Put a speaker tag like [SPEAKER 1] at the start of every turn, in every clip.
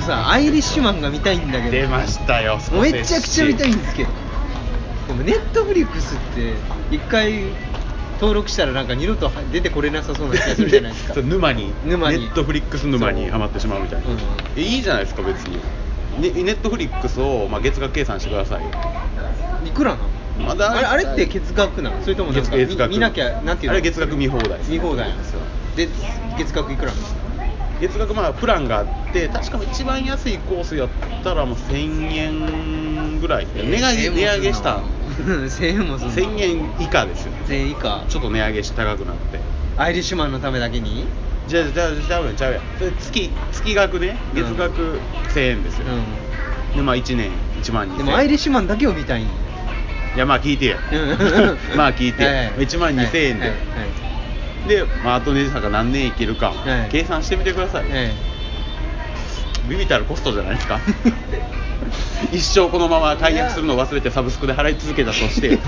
[SPEAKER 1] さアイリッシュマンが見たいんだけど
[SPEAKER 2] 出ましたよスコセッシ
[SPEAKER 1] めちゃくちゃ見たいんですけどでもネットフリックスって一回登録したらなんか二度とは出てこれなさそうな気がするじゃないですか
[SPEAKER 2] そう沼に
[SPEAKER 1] 沼に
[SPEAKER 2] ネットフリックス沼に
[SPEAKER 1] そう
[SPEAKER 2] はまってしまうみたいな、
[SPEAKER 1] うん
[SPEAKER 2] えいいじゃないですか別にねネットフリックスを、まあ、月額計算してくださいよ
[SPEAKER 1] いくらなの
[SPEAKER 2] まだ
[SPEAKER 1] あれあれって月額なのそれともなんか見見なきゃなんていうの
[SPEAKER 2] あれ月額見放題です
[SPEAKER 1] 見放題なんですよで月額いくらなの
[SPEAKER 2] 月額まあプランがあって確か一番安いコースやったらもう1000円ぐらい値上げ値上げした
[SPEAKER 1] 1000円もすんの
[SPEAKER 2] 1000円以下ですよ
[SPEAKER 1] 1000円以下
[SPEAKER 2] ちょっと値上げして高くなって
[SPEAKER 1] アイリッシュマンのためだけに
[SPEAKER 2] じゃあじゃあじゃあじゃあじゃあそれ月月額ね
[SPEAKER 1] うん
[SPEAKER 2] 月額1000円ですよ、でまあ1年1万
[SPEAKER 1] う
[SPEAKER 2] 2000
[SPEAKER 1] ん
[SPEAKER 2] 円
[SPEAKER 1] でもアイリッシュマンだけを見たいんよ
[SPEAKER 2] いやまあ聞いてや、
[SPEAKER 1] うん
[SPEAKER 2] まあ聞いてや、
[SPEAKER 1] はは
[SPEAKER 2] 1万2000円で、
[SPEAKER 1] はいはい
[SPEAKER 2] で、まあ、あとネジさんが何年生きるか、
[SPEAKER 1] はい
[SPEAKER 2] 計算してみてください、
[SPEAKER 1] はい
[SPEAKER 2] ビビたるコストじゃないですか 一生このまま解約するのを忘れてサブスクで払い続けたとして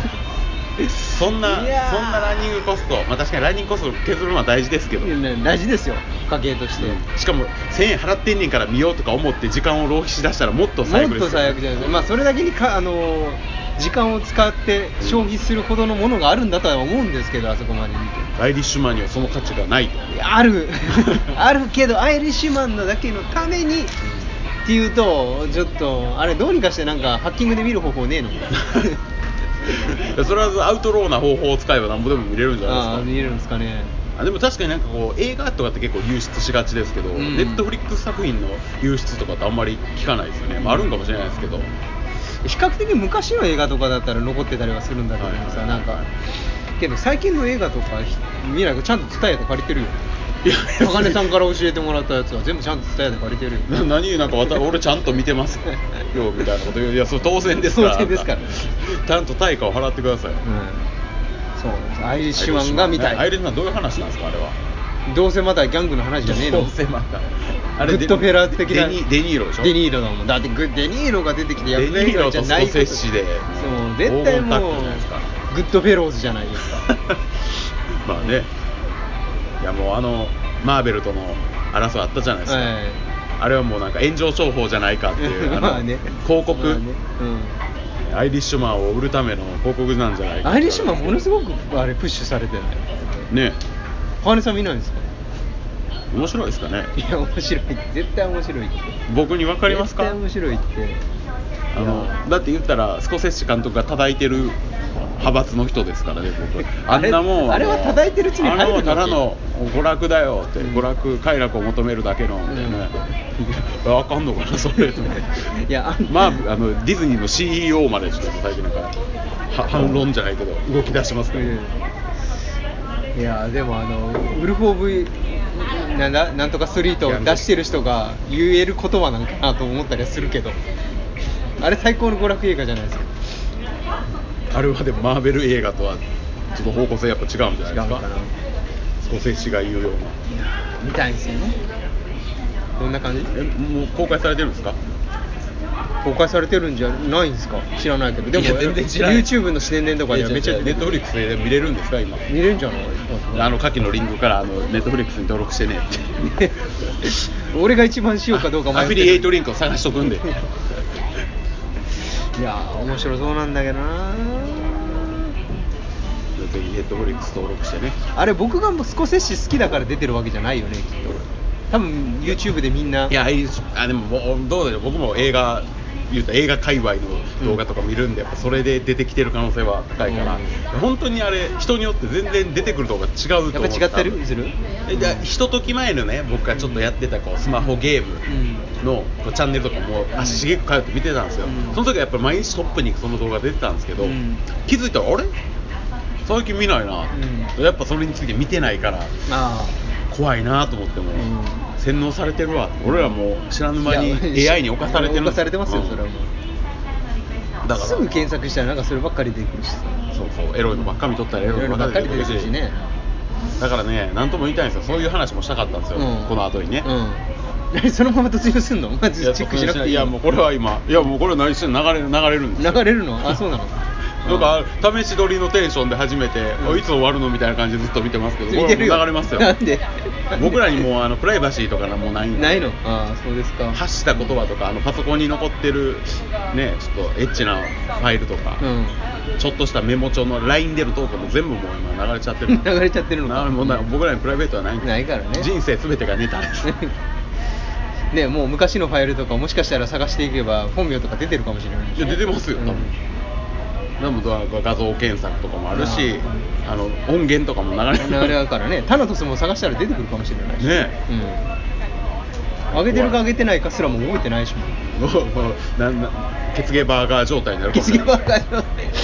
[SPEAKER 2] そんなそん
[SPEAKER 1] いやー
[SPEAKER 2] なランニングコスト、まあ、確かにランニングコスト削るのは大事ですけど、
[SPEAKER 1] いや大事ですよ家計として、
[SPEAKER 2] しかも1000円払ってんねんから見ようとか思って時間を浪費しだしたらもっと最悪
[SPEAKER 1] もっ
[SPEAKER 2] です
[SPEAKER 1] と最悪じゃないですか、まあ、それだけにか、あのー時間を使って消費するほどのものがあるんだとは思うんですけど、あそこまで見て
[SPEAKER 2] アイリッシュマンにはその価値がないと、
[SPEAKER 1] いやあ るあるけどアイリッシュマンのだけのためにっていうとちょっとあれどうにかしてなんかハッキングで見る方法ねえ の
[SPEAKER 2] それはアウトローな方法を使えばなんぼでも見れるんじゃないですか
[SPEAKER 1] あー見れるんですかね
[SPEAKER 2] あでも確かになんかこう映画とかって結構流出しがちですけど、
[SPEAKER 1] うん
[SPEAKER 2] ネットフリックス作品の流出とかってあんまり聞かないですよね、まあ、あるんかもしれないですけど、
[SPEAKER 1] 比較的昔の映画とかだったら残ってたりはするんだけどさ、
[SPEAKER 2] はいはい
[SPEAKER 1] なんかけど最近の映画とかひ見ないからちゃんと伝えて借り てるよ
[SPEAKER 2] いや
[SPEAKER 1] 高根さんから教えてもらったやつは全部ちゃんと伝えて借りてる よ
[SPEAKER 2] な何言うなんかわた俺ちゃんと見てますよみたいなこと言ういやそれ当然ですから
[SPEAKER 1] 当然ですから
[SPEAKER 2] あんたちゃんと対価を払ってください
[SPEAKER 1] うんそうなんですアイリッシュマンが見た
[SPEAKER 2] アイリ
[SPEAKER 1] い
[SPEAKER 2] ッシュマンどういう話なんですかあれは
[SPEAKER 1] どうせまたギャングの話じゃねえの
[SPEAKER 2] どうせまた
[SPEAKER 1] グッドフェラー的な
[SPEAKER 2] デニデニーロでしょ
[SPEAKER 1] デニーロだもんだってグデニーロが出てきて
[SPEAKER 2] デニーロとスコセッシで
[SPEAKER 1] そう絶対
[SPEAKER 2] 黄金タッ
[SPEAKER 1] も
[SPEAKER 2] グ
[SPEAKER 1] う
[SPEAKER 2] じゃないですか
[SPEAKER 1] グッドフェローズじゃないですか
[SPEAKER 2] まあねいやもうあのマーベルとの争いあったじゃないですか、
[SPEAKER 1] はい
[SPEAKER 2] あれはもうなんか炎上商法じゃないかっ ていうあの
[SPEAKER 1] まあね
[SPEAKER 2] 広告、
[SPEAKER 1] まあねうん
[SPEAKER 2] アイリッシュマンを売るための広告なんじゃないか
[SPEAKER 1] アイリッシュマンものす
[SPEAKER 2] ご
[SPEAKER 1] ごくあれプッシュされてない
[SPEAKER 2] いね
[SPEAKER 1] 羽根さん見ないんですか
[SPEAKER 2] 面白いですかね
[SPEAKER 1] いや面白い絶対面白いって
[SPEAKER 2] 僕に分かりますか
[SPEAKER 1] 絶対面白いって
[SPEAKER 2] あのだって言ったらスコセッシ監督が叩いてる派閥の人ですからね僕あ
[SPEAKER 1] あれ
[SPEAKER 2] んなもん
[SPEAKER 1] あれは叩いてるうちに入る
[SPEAKER 2] あんなもんただ
[SPEAKER 1] の
[SPEAKER 2] の娯楽だよって
[SPEAKER 1] うん
[SPEAKER 2] 娯楽快楽を求めるだけのみたいな、わかんのかなそれと思って
[SPEAKER 1] いやあん
[SPEAKER 2] まああのディズニーの CEO までちょっと叩いてなんかは反論じゃないけど動き出します
[SPEAKER 1] う
[SPEAKER 2] ね、
[SPEAKER 1] んいやでもあのウルフ・オブなんだなんとかストリートを出してる人が言える言葉なんかなと思ったりはするけどあれ最高の娯楽映画じゃないですか
[SPEAKER 2] あれはでもマーベル映画とはちょっと方向性やっぱ違うんじゃないです
[SPEAKER 1] 違う
[SPEAKER 2] か
[SPEAKER 1] のかな
[SPEAKER 2] スコセッシが言うような
[SPEAKER 1] 見たいんですよねどんな感じ
[SPEAKER 2] えもう公開されてるんですか
[SPEAKER 1] 公開されてるんじゃないんですか知らないけどでも
[SPEAKER 2] いや全然知らない
[SPEAKER 1] YouTube の宣伝とか
[SPEAKER 2] い
[SPEAKER 1] で
[SPEAKER 2] や
[SPEAKER 1] は
[SPEAKER 2] め
[SPEAKER 1] め
[SPEAKER 2] っ
[SPEAKER 1] っち
[SPEAKER 2] ち
[SPEAKER 1] ゃ
[SPEAKER 2] ゃ
[SPEAKER 1] 出
[SPEAKER 2] ネ
[SPEAKER 1] て
[SPEAKER 2] ッ
[SPEAKER 1] く
[SPEAKER 2] トフ
[SPEAKER 1] る
[SPEAKER 2] リックスで見れるんですか今
[SPEAKER 1] 見れるんじゃない
[SPEAKER 2] あの下記のリンクからあのネットフリックスに登録してね
[SPEAKER 1] 俺が一番しようかどうか
[SPEAKER 2] ア
[SPEAKER 1] 迷
[SPEAKER 2] フ
[SPEAKER 1] って
[SPEAKER 2] ィリエイト
[SPEAKER 1] る
[SPEAKER 2] リンクを探しとくんで
[SPEAKER 1] いやー面白そうなんだけどな
[SPEAKER 2] ぜひネットフリックス登録してね
[SPEAKER 1] あれ僕がもうスコセッシ好きだから出てるわけじゃないよねきっと多分 YouTube でみんない
[SPEAKER 2] やあいいあでももうどうだろう僕も映画言うたら映画界隈の動画とか見るんで、やっぱそれで出てきてる可能性は高いから、
[SPEAKER 1] うん
[SPEAKER 2] 本当にあれ人によって全然出てくる動画違うと思う
[SPEAKER 1] やっぱ違ってるする
[SPEAKER 2] えだひととき前のね僕がちょっとやってたこうスマホゲームのこうチャンネルとかも足しげく通って見てたんですよ、
[SPEAKER 1] うん
[SPEAKER 2] その時はやっぱり毎日トップにその動画出てたんですけど、
[SPEAKER 1] うん
[SPEAKER 2] 気づいたらあれ最近見ないな、
[SPEAKER 1] う
[SPEAKER 2] やっぱそれについて見てないから
[SPEAKER 1] あ
[SPEAKER 2] 怖いなと思っても、
[SPEAKER 1] うん
[SPEAKER 2] 洗脳されてるわ俺らもう知らぬ間に
[SPEAKER 1] いや
[SPEAKER 2] AI に侵されてるんで
[SPEAKER 1] 侵されてますよそれはも
[SPEAKER 2] うんだ
[SPEAKER 1] う
[SPEAKER 2] から
[SPEAKER 1] すぐ検索したらなんかそればっかり出てくるし
[SPEAKER 2] そうそうエロいのばっか見とったらエ
[SPEAKER 1] いろ
[SPEAKER 2] ロ
[SPEAKER 1] い
[SPEAKER 2] いの
[SPEAKER 1] ろ
[SPEAKER 2] ば
[SPEAKER 1] ば
[SPEAKER 2] っ
[SPEAKER 1] っ
[SPEAKER 2] か
[SPEAKER 1] か
[SPEAKER 2] り
[SPEAKER 1] り
[SPEAKER 2] 出
[SPEAKER 1] 出
[SPEAKER 2] て
[SPEAKER 1] て
[SPEAKER 2] く
[SPEAKER 1] く
[SPEAKER 2] る
[SPEAKER 1] るし
[SPEAKER 2] し
[SPEAKER 1] ね
[SPEAKER 2] だからね何とも言いたいんですよそういう話もしたかったんですよ、
[SPEAKER 1] うん
[SPEAKER 2] この後にね、
[SPEAKER 1] うん何そのまま突入すんのまずチェックしなくていい
[SPEAKER 2] やもうこれは今いやもうこれは何してんの流れ流れるんですよ
[SPEAKER 1] 流れるのあそうなの
[SPEAKER 2] なんか試し撮りのテンションで初めて、
[SPEAKER 1] うん
[SPEAKER 2] あいつ終わるのみたいな感じでずっと見てますけど、こ
[SPEAKER 1] 見
[SPEAKER 2] れ
[SPEAKER 1] て
[SPEAKER 2] も
[SPEAKER 1] る
[SPEAKER 2] う
[SPEAKER 1] よ
[SPEAKER 2] 流れます よ。
[SPEAKER 1] なんで
[SPEAKER 2] 僕らにもうあのプライバシーとかもうないんで
[SPEAKER 1] ないのああそうですか
[SPEAKER 2] 発した言葉とかあのパソコンに残ってるねちょっとエッチなファイルとか、
[SPEAKER 1] うん
[SPEAKER 2] ちょっとしたメモ帳の LINE 出るとかも全部もう今流れちゃってる
[SPEAKER 1] 流れちゃってるのか
[SPEAKER 2] なもうな僕らにプライベートはないんで
[SPEAKER 1] ないからね
[SPEAKER 2] 人生全てがネ タです
[SPEAKER 1] ねもう昔のファイルとかもしかしたら探していけば本名とか出てるかもしれない
[SPEAKER 2] いや出てますよ多
[SPEAKER 1] う
[SPEAKER 2] 分、
[SPEAKER 1] ん
[SPEAKER 2] でもだから画像検索とかもあるし
[SPEAKER 1] う
[SPEAKER 2] あの音源とかも流れ
[SPEAKER 1] 流れあるからねタナトスも探したら出てくるかもしれないし
[SPEAKER 2] ね
[SPEAKER 1] うん上げてるか上げてないかすらもう覚えてないしも
[SPEAKER 2] もうもうなんな血芸バーガー状態になるかも
[SPEAKER 1] 気づ
[SPEAKER 2] し
[SPEAKER 1] け
[SPEAKER 2] れない
[SPEAKER 1] ば分かる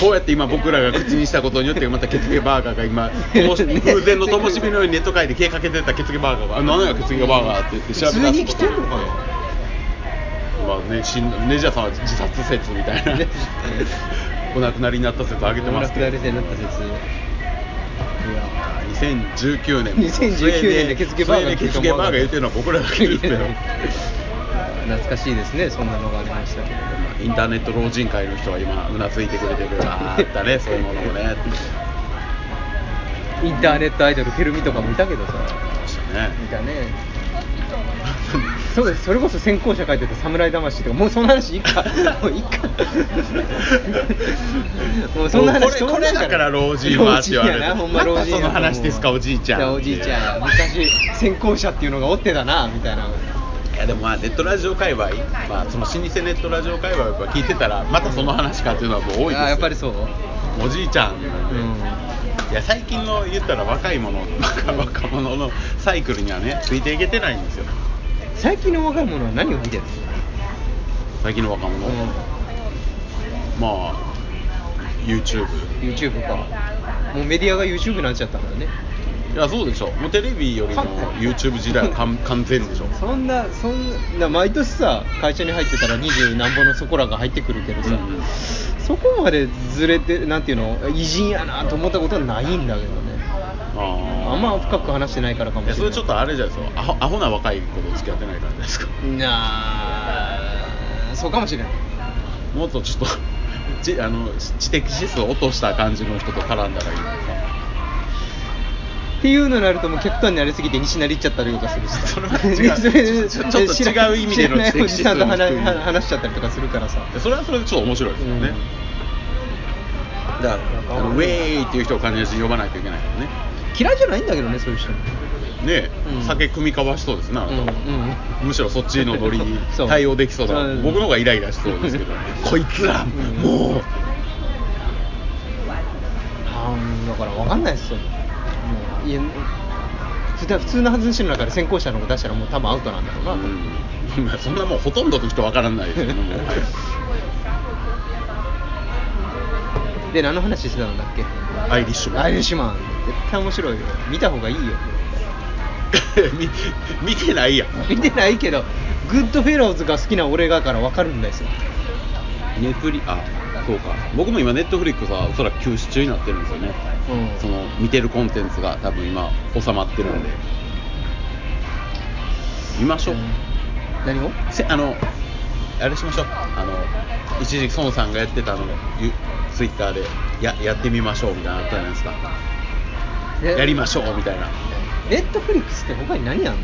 [SPEAKER 2] こうやって今僕らが口にしたことによってまたケツゲバーガーが今灯し
[SPEAKER 1] ね
[SPEAKER 2] 偶然の灯火のようにネット界で消えかけてたケツゲバーガーが「あ何やケツゲバーガー」って言って調べ出す
[SPEAKER 1] 普通に来てんのかな
[SPEAKER 2] まあねしんネジ屋さんは自殺説みたいな
[SPEAKER 1] ね
[SPEAKER 2] お亡くなりになった説上げてますけど
[SPEAKER 1] ラクダレゼになった説いや
[SPEAKER 2] 2019年
[SPEAKER 1] 2019年でケツゲバーガー
[SPEAKER 2] ケツゲバーガー言ってるのは僕らだけですけ ど
[SPEAKER 1] 懐かしいですねそんなのがありましたけど
[SPEAKER 2] インターネット老人会の人は今うなずいてくれてるああったねそういうものをねって
[SPEAKER 1] インターネットアイドルフェルミとかもいたけどさ
[SPEAKER 2] ましたね
[SPEAKER 1] いたねそうですそれこそ先行者書いてた「侍魂」とかもうその話いい かもういいかもうそんな
[SPEAKER 2] もう
[SPEAKER 1] 話
[SPEAKER 2] これこれだから老人はって言われる
[SPEAKER 1] 老人やなほんま老人や
[SPEAKER 2] またその話ですかおじいちゃん
[SPEAKER 1] おじいちゃん昔先行者っていうのがおってたなみたいない
[SPEAKER 2] やでもまあネットラジオ界隈、まあ、その老舗ネットラジオ界隈をやっぱ聞いてたらまたその話かっていうのはもう多いですよ
[SPEAKER 1] あやっぱりそう
[SPEAKER 2] おじいちゃん、
[SPEAKER 1] うん
[SPEAKER 2] いや最近の 言ったら若い者若若者のサイクルにはねついていけてないんですよ
[SPEAKER 1] 最近の若い者は何を見てる
[SPEAKER 2] 最近の若者、
[SPEAKER 1] の、うん
[SPEAKER 2] まあ YouTube
[SPEAKER 1] YouTube かもうメディアが YouTube になっちゃったからね
[SPEAKER 2] いやそうでしょもうテレビよりも YouTube 時代は 完完全でしょ
[SPEAKER 1] そんなそんな毎年さ会社に入ってたら二十何本のそこらが入ってくるけどさ、
[SPEAKER 2] うんうん
[SPEAKER 1] そこまでずれてなんていうの偉人やなと思ったことはないんだけどね
[SPEAKER 2] あ
[SPEAKER 1] あんま深く話してないからか
[SPEAKER 2] い
[SPEAKER 1] もしれ
[SPEAKER 2] や
[SPEAKER 1] ない
[SPEAKER 2] それちょっとあれじゃないですかアホアホな若い子と付き合ってないからじゃないですか
[SPEAKER 1] なあそうかもしれない
[SPEAKER 2] もっとちょっとじ あの知知的指数を落とした感じの人と絡んだらいいのか
[SPEAKER 1] っていうのになるともう極端になりすぎて西成行っちゃったりとかするしさ
[SPEAKER 2] それは違 う
[SPEAKER 1] それ
[SPEAKER 2] ちょちょっと
[SPEAKER 1] 知ら
[SPEAKER 2] 違う意味での
[SPEAKER 1] 知らないお じさんと話
[SPEAKER 2] 知的指数の低い
[SPEAKER 1] 話しちゃったりとかするからさ
[SPEAKER 2] それはそれでちょっと面白いですよね、だからあのウェーイっていう人を感じに呼ばないといけないからね
[SPEAKER 1] 嫌いじゃないんだけどねそういう人も
[SPEAKER 2] ねえ、
[SPEAKER 1] うん
[SPEAKER 2] 酒組み交わしそうですねあなたは、
[SPEAKER 1] うんうん
[SPEAKER 2] むしろそっちのノリに
[SPEAKER 1] そう
[SPEAKER 2] 対応できそうだ
[SPEAKER 1] そう
[SPEAKER 2] 僕の方がイライラしそうですけどこいつら、
[SPEAKER 1] ん
[SPEAKER 2] もう
[SPEAKER 1] あーだから分かんないですよもういや普通普通の外しの中で先行者の方出したらもう多分アウトなんだろうなと、
[SPEAKER 2] うんまあそんなもうほとんどの人わからないですけども
[SPEAKER 1] で何の話してたんだっけ
[SPEAKER 2] アイリッシュも
[SPEAKER 1] アイリッシュマン絶対面白いよ見た方がいいよ
[SPEAKER 2] み見てないやん
[SPEAKER 1] 見てないけどグッドフェローズが好きな俺がから分かるんですよ
[SPEAKER 2] ネプリあそうか僕も今ネットフリックスはおそらく休止中になってるんですよね
[SPEAKER 1] うん
[SPEAKER 2] その見てるコンテンツが多分今収まってるんで見ましょう、
[SPEAKER 1] 何を
[SPEAKER 2] せあのあれしましょうあの一時期孫さんがやってたあのゆツイッターでややってみましょうみたいなのあったじゃないですかやりましょうみたいな
[SPEAKER 1] ネットフリックスって他に何やんの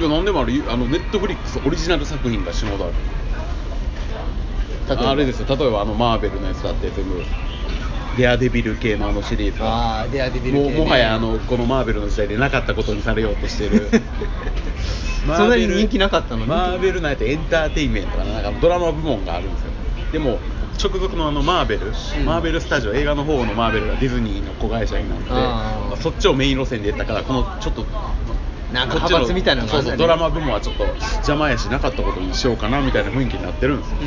[SPEAKER 2] いや何でもあるゆあのネットフリックスオリジナル作品が死ぬほどある
[SPEAKER 1] 例えば
[SPEAKER 2] あれですよ例えばあのマーベルのやつだって全部デアデビル系のあのシリーズは
[SPEAKER 1] ああデアデビル系
[SPEAKER 2] もう
[SPEAKER 1] ね
[SPEAKER 2] もはやあのこのマーベルの時代でなかったことにされようとして いる
[SPEAKER 1] そんなに人気なかったのに
[SPEAKER 2] マーベルなんてエンターテインメントかななんかドラマ部門があるんですよでも直属のあのマーベル、
[SPEAKER 1] ん
[SPEAKER 2] マーベルスタジオ映画の方のマーベルがディズニーの子会社になって
[SPEAKER 1] あー
[SPEAKER 2] そっちをメイン路線でやったからこのちょっと
[SPEAKER 1] なんか
[SPEAKER 2] こっち
[SPEAKER 1] 派
[SPEAKER 2] の
[SPEAKER 1] 閥みたいなのが
[SPEAKER 2] そ
[SPEAKER 1] あ
[SPEAKER 2] うん
[SPEAKER 1] だ
[SPEAKER 2] そ
[SPEAKER 1] ね
[SPEAKER 2] うドラマ部門はちょっと邪魔やしなかったことにしようかなみたいな雰囲気になってるんですよ
[SPEAKER 1] う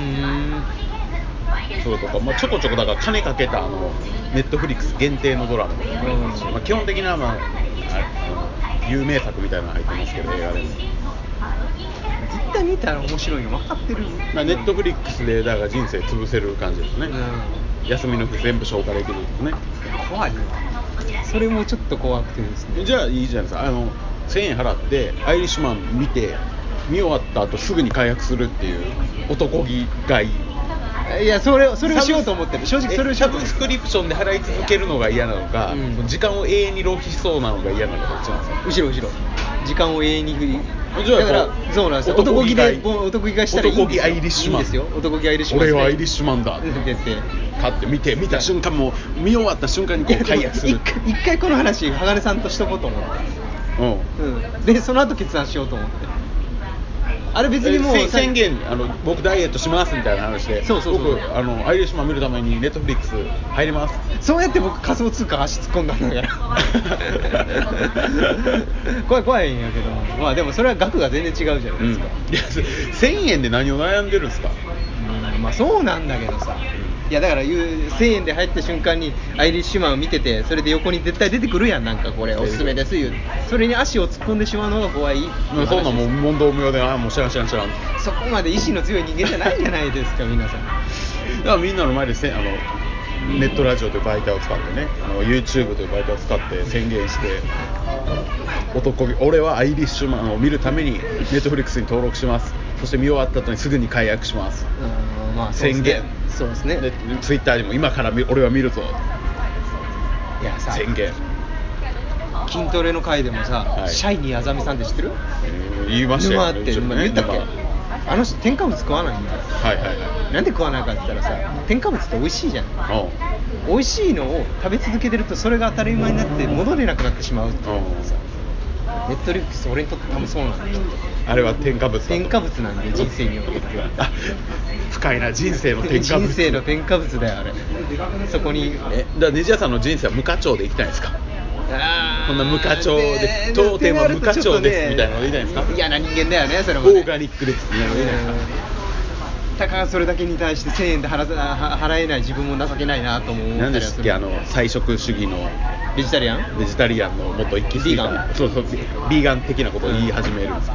[SPEAKER 1] ーん
[SPEAKER 2] それとか、まあ、ちょこちょこだから金かけたあのネットフリックス限定のドラマとかもありますし、
[SPEAKER 1] うん
[SPEAKER 2] まあ、基本的な、まあ、あれあの有名作みたいなの入ってますけど映画でも、
[SPEAKER 1] 絶対見たら面白いの分かってる
[SPEAKER 2] まあ、ネットフリックスでだから人生潰せる感じですね、
[SPEAKER 1] う
[SPEAKER 2] 休みの日全部消化できるんですね
[SPEAKER 1] ん怖いねそれもちょっと怖くてですね
[SPEAKER 2] じゃあいいじゃないですかあの1000円払ってアイリッシュマン見て見終わった後すぐに解約するっていう男気がいい
[SPEAKER 1] いやそれをそれをしようと思ってる正直
[SPEAKER 2] え
[SPEAKER 1] それをしよ
[SPEAKER 2] サ
[SPEAKER 1] うと
[SPEAKER 2] ブ
[SPEAKER 1] 思って
[SPEAKER 2] スクリプションで払い続けるのが嫌なのか、
[SPEAKER 1] うん
[SPEAKER 2] 時間を永遠に浪費しそうなのが嫌なのかどっちなんですか
[SPEAKER 1] 後ろ後ろ時間を永遠に振り
[SPEAKER 2] じゃあ
[SPEAKER 1] だか
[SPEAKER 2] こ
[SPEAKER 1] ら
[SPEAKER 2] う
[SPEAKER 1] そうなんですよ
[SPEAKER 2] 男
[SPEAKER 1] 男
[SPEAKER 2] 気
[SPEAKER 1] 気
[SPEAKER 2] が
[SPEAKER 1] でぼ男気がしたらいいんですよ
[SPEAKER 2] 男気アイリッシュマン
[SPEAKER 1] いいんですよ男気アイリッシュマン
[SPEAKER 2] 俺はアイリッ
[SPEAKER 1] シ
[SPEAKER 2] シュマンだ
[SPEAKER 1] ュ出て
[SPEAKER 2] 買って見て見た瞬間もう見終わった瞬間にこう解約す
[SPEAKER 1] いや
[SPEAKER 2] る
[SPEAKER 1] でも一回一回この話鋼さんとしとこうと思って、
[SPEAKER 2] うん
[SPEAKER 1] うん、でその後決断しようと思ってあれ別にもう
[SPEAKER 2] えせ宣言あの僕ダイエットしますみたいな話で
[SPEAKER 1] そうそうそう
[SPEAKER 2] 僕あのアイリッシュマン見るためにネットフリックス入ります
[SPEAKER 1] そうやって僕仮想通貨足突っ込んだんだから 怖い怖いんやけどまあでもそれは額が全然違うじゃないですか、
[SPEAKER 2] いやせ1000円で何を悩んでるんですか
[SPEAKER 1] うんまあそうなんだけどさいやだから言う1000円で入った瞬間にアイリッシュマンを見ててそれで横に絶対出てくるやんなんかこれおすすめです言うそれに足を突っ込んでしまうのが怖い
[SPEAKER 2] まあそんなんもう
[SPEAKER 1] う
[SPEAKER 2] 問答無用でああもう知らん知らん知らんだか
[SPEAKER 1] そこまで意志の強い人間じゃないじゃないですか皆さん
[SPEAKER 2] らみんなの前でせんあのネットラジオという媒体を使ってねあの YouTube という媒体を使って宣言して男気俺はアイリッシュマンを見るためにネットフリックスに登録しますそして見終わった後にすぐに解約します
[SPEAKER 1] うんまあそうっすね
[SPEAKER 2] 宣言
[SPEAKER 1] そうですね
[SPEAKER 2] で Twitter にも今から見俺は見るぞ
[SPEAKER 1] いやさ
[SPEAKER 2] 宣言、
[SPEAKER 1] 筋トレの回でもさ、
[SPEAKER 2] はい
[SPEAKER 1] シャイニーあざみさんって知ってる
[SPEAKER 2] えー言いました
[SPEAKER 1] 沼
[SPEAKER 2] よ、
[SPEAKER 1] っ
[SPEAKER 2] ね、
[SPEAKER 1] て、
[SPEAKER 2] 一応ね
[SPEAKER 1] 言ったっけ
[SPEAKER 2] 沼
[SPEAKER 1] あの人添加物食わないんだよ
[SPEAKER 2] はいはいは
[SPEAKER 1] なんで食わないかって言ったらさ添加物って美味しいじゃん
[SPEAKER 2] い
[SPEAKER 1] 美味しいのを食べ続けてるとそれが当たり前になって戻れなくなってしまうっていう
[SPEAKER 2] うんうん
[SPEAKER 1] ネットリックス俺にとって多分そうなんだよ
[SPEAKER 2] あれは添加物だと
[SPEAKER 1] 添加物なんで人生におけて
[SPEAKER 2] あ深いな人生の添加物
[SPEAKER 1] 人生の添加物だよあれそこに
[SPEAKER 2] えだからネジ屋さんの人生は無課長でいきたいんですか
[SPEAKER 1] あー
[SPEAKER 2] こんな無課長で
[SPEAKER 1] ね
[SPEAKER 2] 当店は
[SPEAKER 1] ってなる
[SPEAKER 2] 無
[SPEAKER 1] と
[SPEAKER 2] 課長です
[SPEAKER 1] ちょっとね
[SPEAKER 2] みたいなの言いたいんですか
[SPEAKER 1] 嫌な人間だよねそれ
[SPEAKER 2] オ
[SPEAKER 1] もね
[SPEAKER 2] ーガニックですみたいなのいいじゃないですか
[SPEAKER 1] うんたかがそれだけに対して1000円で払わは払えない自分も情けないなとも思った
[SPEAKER 2] 何
[SPEAKER 1] りは
[SPEAKER 2] でし
[SPEAKER 1] す
[SPEAKER 2] たっ
[SPEAKER 1] る
[SPEAKER 2] けあの菜食主義の
[SPEAKER 1] ベジタリアン
[SPEAKER 2] ベジタリアンのもっと一気過ぎた
[SPEAKER 1] ビーガン
[SPEAKER 2] そうそうビーガン的なことを言い始めるんです、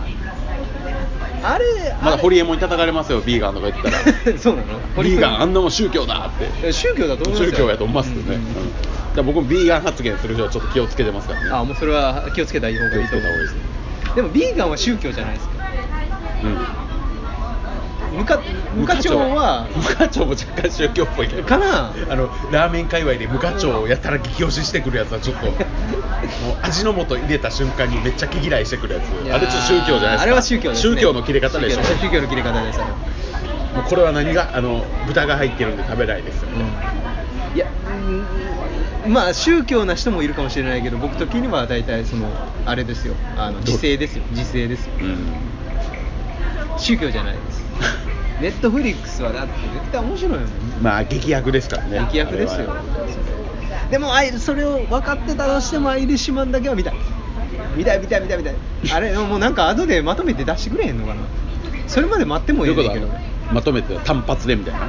[SPEAKER 1] あれ
[SPEAKER 2] まだ
[SPEAKER 1] あれ
[SPEAKER 2] ホリエモンに叩かれますよビーガンとか言った ら
[SPEAKER 1] そうなの
[SPEAKER 2] ビーガンあん
[SPEAKER 1] の
[SPEAKER 2] なもん宗教だって
[SPEAKER 1] 宗教だと思いますよ
[SPEAKER 2] 宗教やと思いますけどね、
[SPEAKER 1] うん
[SPEAKER 2] うんだから僕もビーガン発言する人はちょっと気をつけてますからね
[SPEAKER 1] あもうそれは気をつけた方
[SPEAKER 2] 気
[SPEAKER 1] が
[SPEAKER 2] を
[SPEAKER 1] いい
[SPEAKER 2] つ
[SPEAKER 1] と
[SPEAKER 2] け
[SPEAKER 1] 思
[SPEAKER 2] た方が
[SPEAKER 1] う
[SPEAKER 2] いいですね
[SPEAKER 1] でもビーガンは宗教じゃないですか
[SPEAKER 2] うん
[SPEAKER 1] 無課無課長は
[SPEAKER 2] 無課長も若干宗教っぽいけど
[SPEAKER 1] かな
[SPEAKER 2] あのラーメン界隈で無課長をやたら激推ししてくるやつはちょっ ともう味の素入れた瞬間にめっちゃ毛嫌いしてくるやつ
[SPEAKER 1] いやー
[SPEAKER 2] あれちょっと宗教じゃないですか
[SPEAKER 1] あれは宗教です、ね、
[SPEAKER 2] 宗教の切れ方でしょ
[SPEAKER 1] 宗教宗教の切れ方ですあれ
[SPEAKER 2] もうこれは何があの豚が入ってるんで食べないですよ
[SPEAKER 1] いやうんまあ宗教な人もいるかもしれないけど僕的には大体そのあれですよあの
[SPEAKER 2] ど
[SPEAKER 1] 自制ですよ自制ですよ
[SPEAKER 2] うん
[SPEAKER 1] 宗教じゃないですネットフリックスはだって絶対面白いもん
[SPEAKER 2] まあ激悪ですからね
[SPEAKER 1] 劇薬ですよ
[SPEAKER 2] あれは
[SPEAKER 1] でもあいそれを分かってたとしてもアイリッシュマンだけは見たい見たい見たい見たい見たいあれもうなんか後でまとめて出してくれへんのかなそれまで待って
[SPEAKER 2] ど
[SPEAKER 1] も
[SPEAKER 2] う
[SPEAKER 1] い
[SPEAKER 2] いう
[SPEAKER 1] い
[SPEAKER 2] こ
[SPEAKER 1] ねん
[SPEAKER 2] と
[SPEAKER 1] け
[SPEAKER 2] だ
[SPEAKER 1] ど
[SPEAKER 2] ろうまとめて単発でみたいな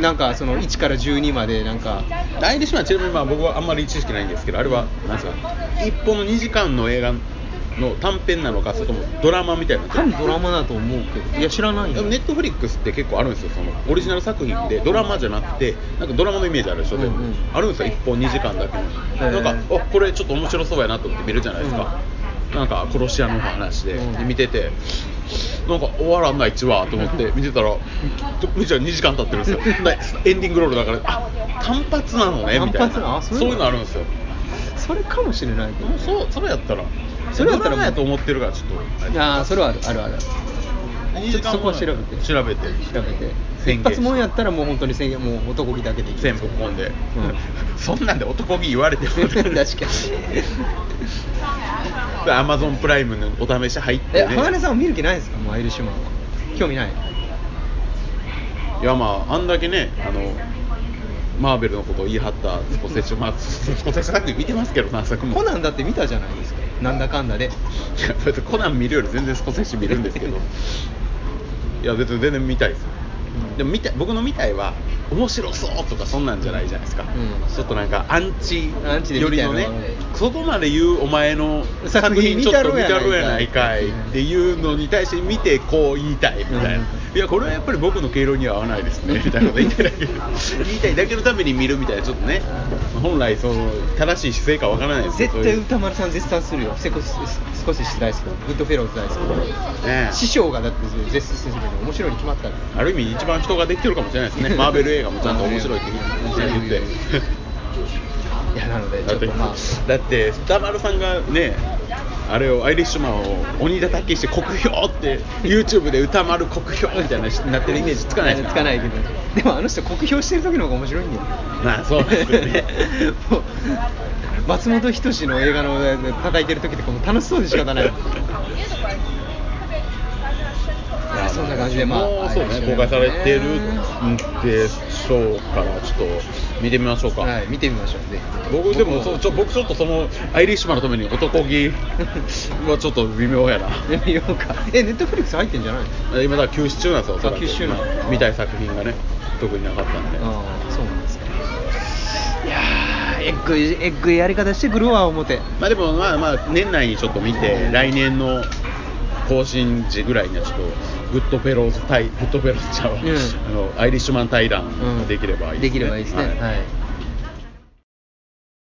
[SPEAKER 1] なんかその1から12までなんか
[SPEAKER 2] アイリッシュマンちなみにまあ僕はあんまり知識ないんですけどあれはなんですか1本の2時間の映画の短編なのかそれともドラマみたいな
[SPEAKER 1] 半ドラマだと思うけどいや知らない
[SPEAKER 2] で
[SPEAKER 1] よ
[SPEAKER 2] もネットフリックスって結構あるんですよそのオリジナル作品でドラマじゃなくてなんかドラマのイメージあるでしょ、でも
[SPEAKER 1] うんうん
[SPEAKER 2] あるんですよ1本2時間だけ
[SPEAKER 1] へ
[SPEAKER 2] の
[SPEAKER 1] ー
[SPEAKER 2] なんかあこれちょっと面白そうやなと思って見るじゃないですか、なんか殺し屋の話で,、
[SPEAKER 1] うん
[SPEAKER 2] で見ててなんか終わらんない1話と思って見てたらめちゃ2時間経ってるんで すよでエンディングロールだからあ単発なのねみた
[SPEAKER 1] 単
[SPEAKER 2] い
[SPEAKER 1] 発な
[SPEAKER 2] な
[SPEAKER 1] あ
[SPEAKER 2] そ
[SPEAKER 1] そうういうの
[SPEAKER 2] いうのあるんですよ
[SPEAKER 1] それかもしれないけ
[SPEAKER 2] で
[SPEAKER 1] ど
[SPEAKER 2] もそうそれやったら
[SPEAKER 1] それやったら
[SPEAKER 2] ドラマやと思ってるからちょっと
[SPEAKER 1] ああそれはあるあるある
[SPEAKER 2] 2
[SPEAKER 1] ちょっ
[SPEAKER 2] 時
[SPEAKER 1] と
[SPEAKER 2] 間
[SPEAKER 1] そこは調べて
[SPEAKER 2] 調べて
[SPEAKER 1] 調べて
[SPEAKER 2] 宣言
[SPEAKER 1] 一発もんやったらもう本当に宣言もう男気だけでいい
[SPEAKER 2] 全部込んで、 そんなんで男気言われて も
[SPEAKER 1] 確かに
[SPEAKER 2] アマゾンプライムのお試し入っ
[SPEAKER 1] え
[SPEAKER 2] てね
[SPEAKER 1] 鋼さんは見る気ないんですかもうアイリッシュマンは興味ない
[SPEAKER 2] いやまああんだけねあのマーベルのことを言い張ったスコセッシュまあスコセッシュ作品見てますけどな作も
[SPEAKER 1] コナンだって見たじゃないですかなんだかんだで
[SPEAKER 2] いや別にコナン見るより全然スコセッシュ見るんです けどいや別に全然見たいですよでも見たい僕の見たいは面白そうとかそんなんじゃないじゃないですか、
[SPEAKER 1] うん
[SPEAKER 2] ちょっとなんかアンチ
[SPEAKER 1] アンチで
[SPEAKER 2] よ
[SPEAKER 1] 見
[SPEAKER 2] り
[SPEAKER 1] たい
[SPEAKER 2] の
[SPEAKER 1] の
[SPEAKER 2] ねそこまで言うお前の作
[SPEAKER 1] 作
[SPEAKER 2] 品
[SPEAKER 1] 品
[SPEAKER 2] ちょっと見たろうやな
[SPEAKER 1] 見
[SPEAKER 2] い
[SPEAKER 1] たろ
[SPEAKER 2] か
[SPEAKER 1] うやないかい
[SPEAKER 2] いっていうのに対して見てこう言いたいみたいな、
[SPEAKER 1] うん
[SPEAKER 2] いやこれはやっぱり僕の経路には合わないですねみたいなこと言いたいだけ言いたいだけのために見るみたいなちょっとね本来その正しい姿勢かわからないですけ
[SPEAKER 1] 絶
[SPEAKER 2] ど
[SPEAKER 1] 対
[SPEAKER 2] そういう
[SPEAKER 1] 歌丸さん絶賛するよセコ少しし大好きグッドフェローズ大好
[SPEAKER 2] ね
[SPEAKER 1] き師匠がだって絶賛するけど面白いに決まったら
[SPEAKER 2] ある意味一番人ができてるかもしれないですねマーベル映画もちゃんと面白いって言って
[SPEAKER 1] いやなのでち
[SPEAKER 2] だ
[SPEAKER 1] ょ
[SPEAKER 2] っ
[SPEAKER 1] ってとまあ
[SPEAKER 2] だって歌丸さんがねあれをアイリッシュマンを鬼叩きして酷評って YouTube で歌丸酷評みたいなしなってるイメージつかないで
[SPEAKER 1] つ
[SPEAKER 2] すか
[SPEAKER 1] からないけどでもあの人酷評してる時の方が面白いんだよ
[SPEAKER 2] まあそうですよね
[SPEAKER 1] もう松本人志の映画の叩いてる時ってこの楽しそうで仕方ない
[SPEAKER 2] いや
[SPEAKER 1] そんな感じで まあ
[SPEAKER 2] もうそう
[SPEAKER 1] アイリッシ
[SPEAKER 2] ね
[SPEAKER 1] ュマン
[SPEAKER 2] 公開されてるんでしょうからちょっと見てみましょうか、
[SPEAKER 1] はい見てみましょうぜひ
[SPEAKER 2] 僕でもそうちょ僕ちょっとそのアイリッシュマンのために男気はちょっと微妙 やな
[SPEAKER 1] 見てみようかえネットフリックス入ってんじゃないの
[SPEAKER 2] 今だから休止中なんですよおそらく
[SPEAKER 1] あ休止中なんだ
[SPEAKER 2] 見たい作品がね特になかったんで
[SPEAKER 1] ああそうなんですかいやーエッグいエッグいやり方してくるわ思て
[SPEAKER 2] まあでもまあまあ年内にちょっと見て来年の更新時ぐらいにはちょっとグッドフェローズ対グッドフェローズちゃうわ
[SPEAKER 1] うん
[SPEAKER 2] あのアイリッシュマン対談ができればいい
[SPEAKER 1] できればいいですね
[SPEAKER 2] は
[SPEAKER 1] はいい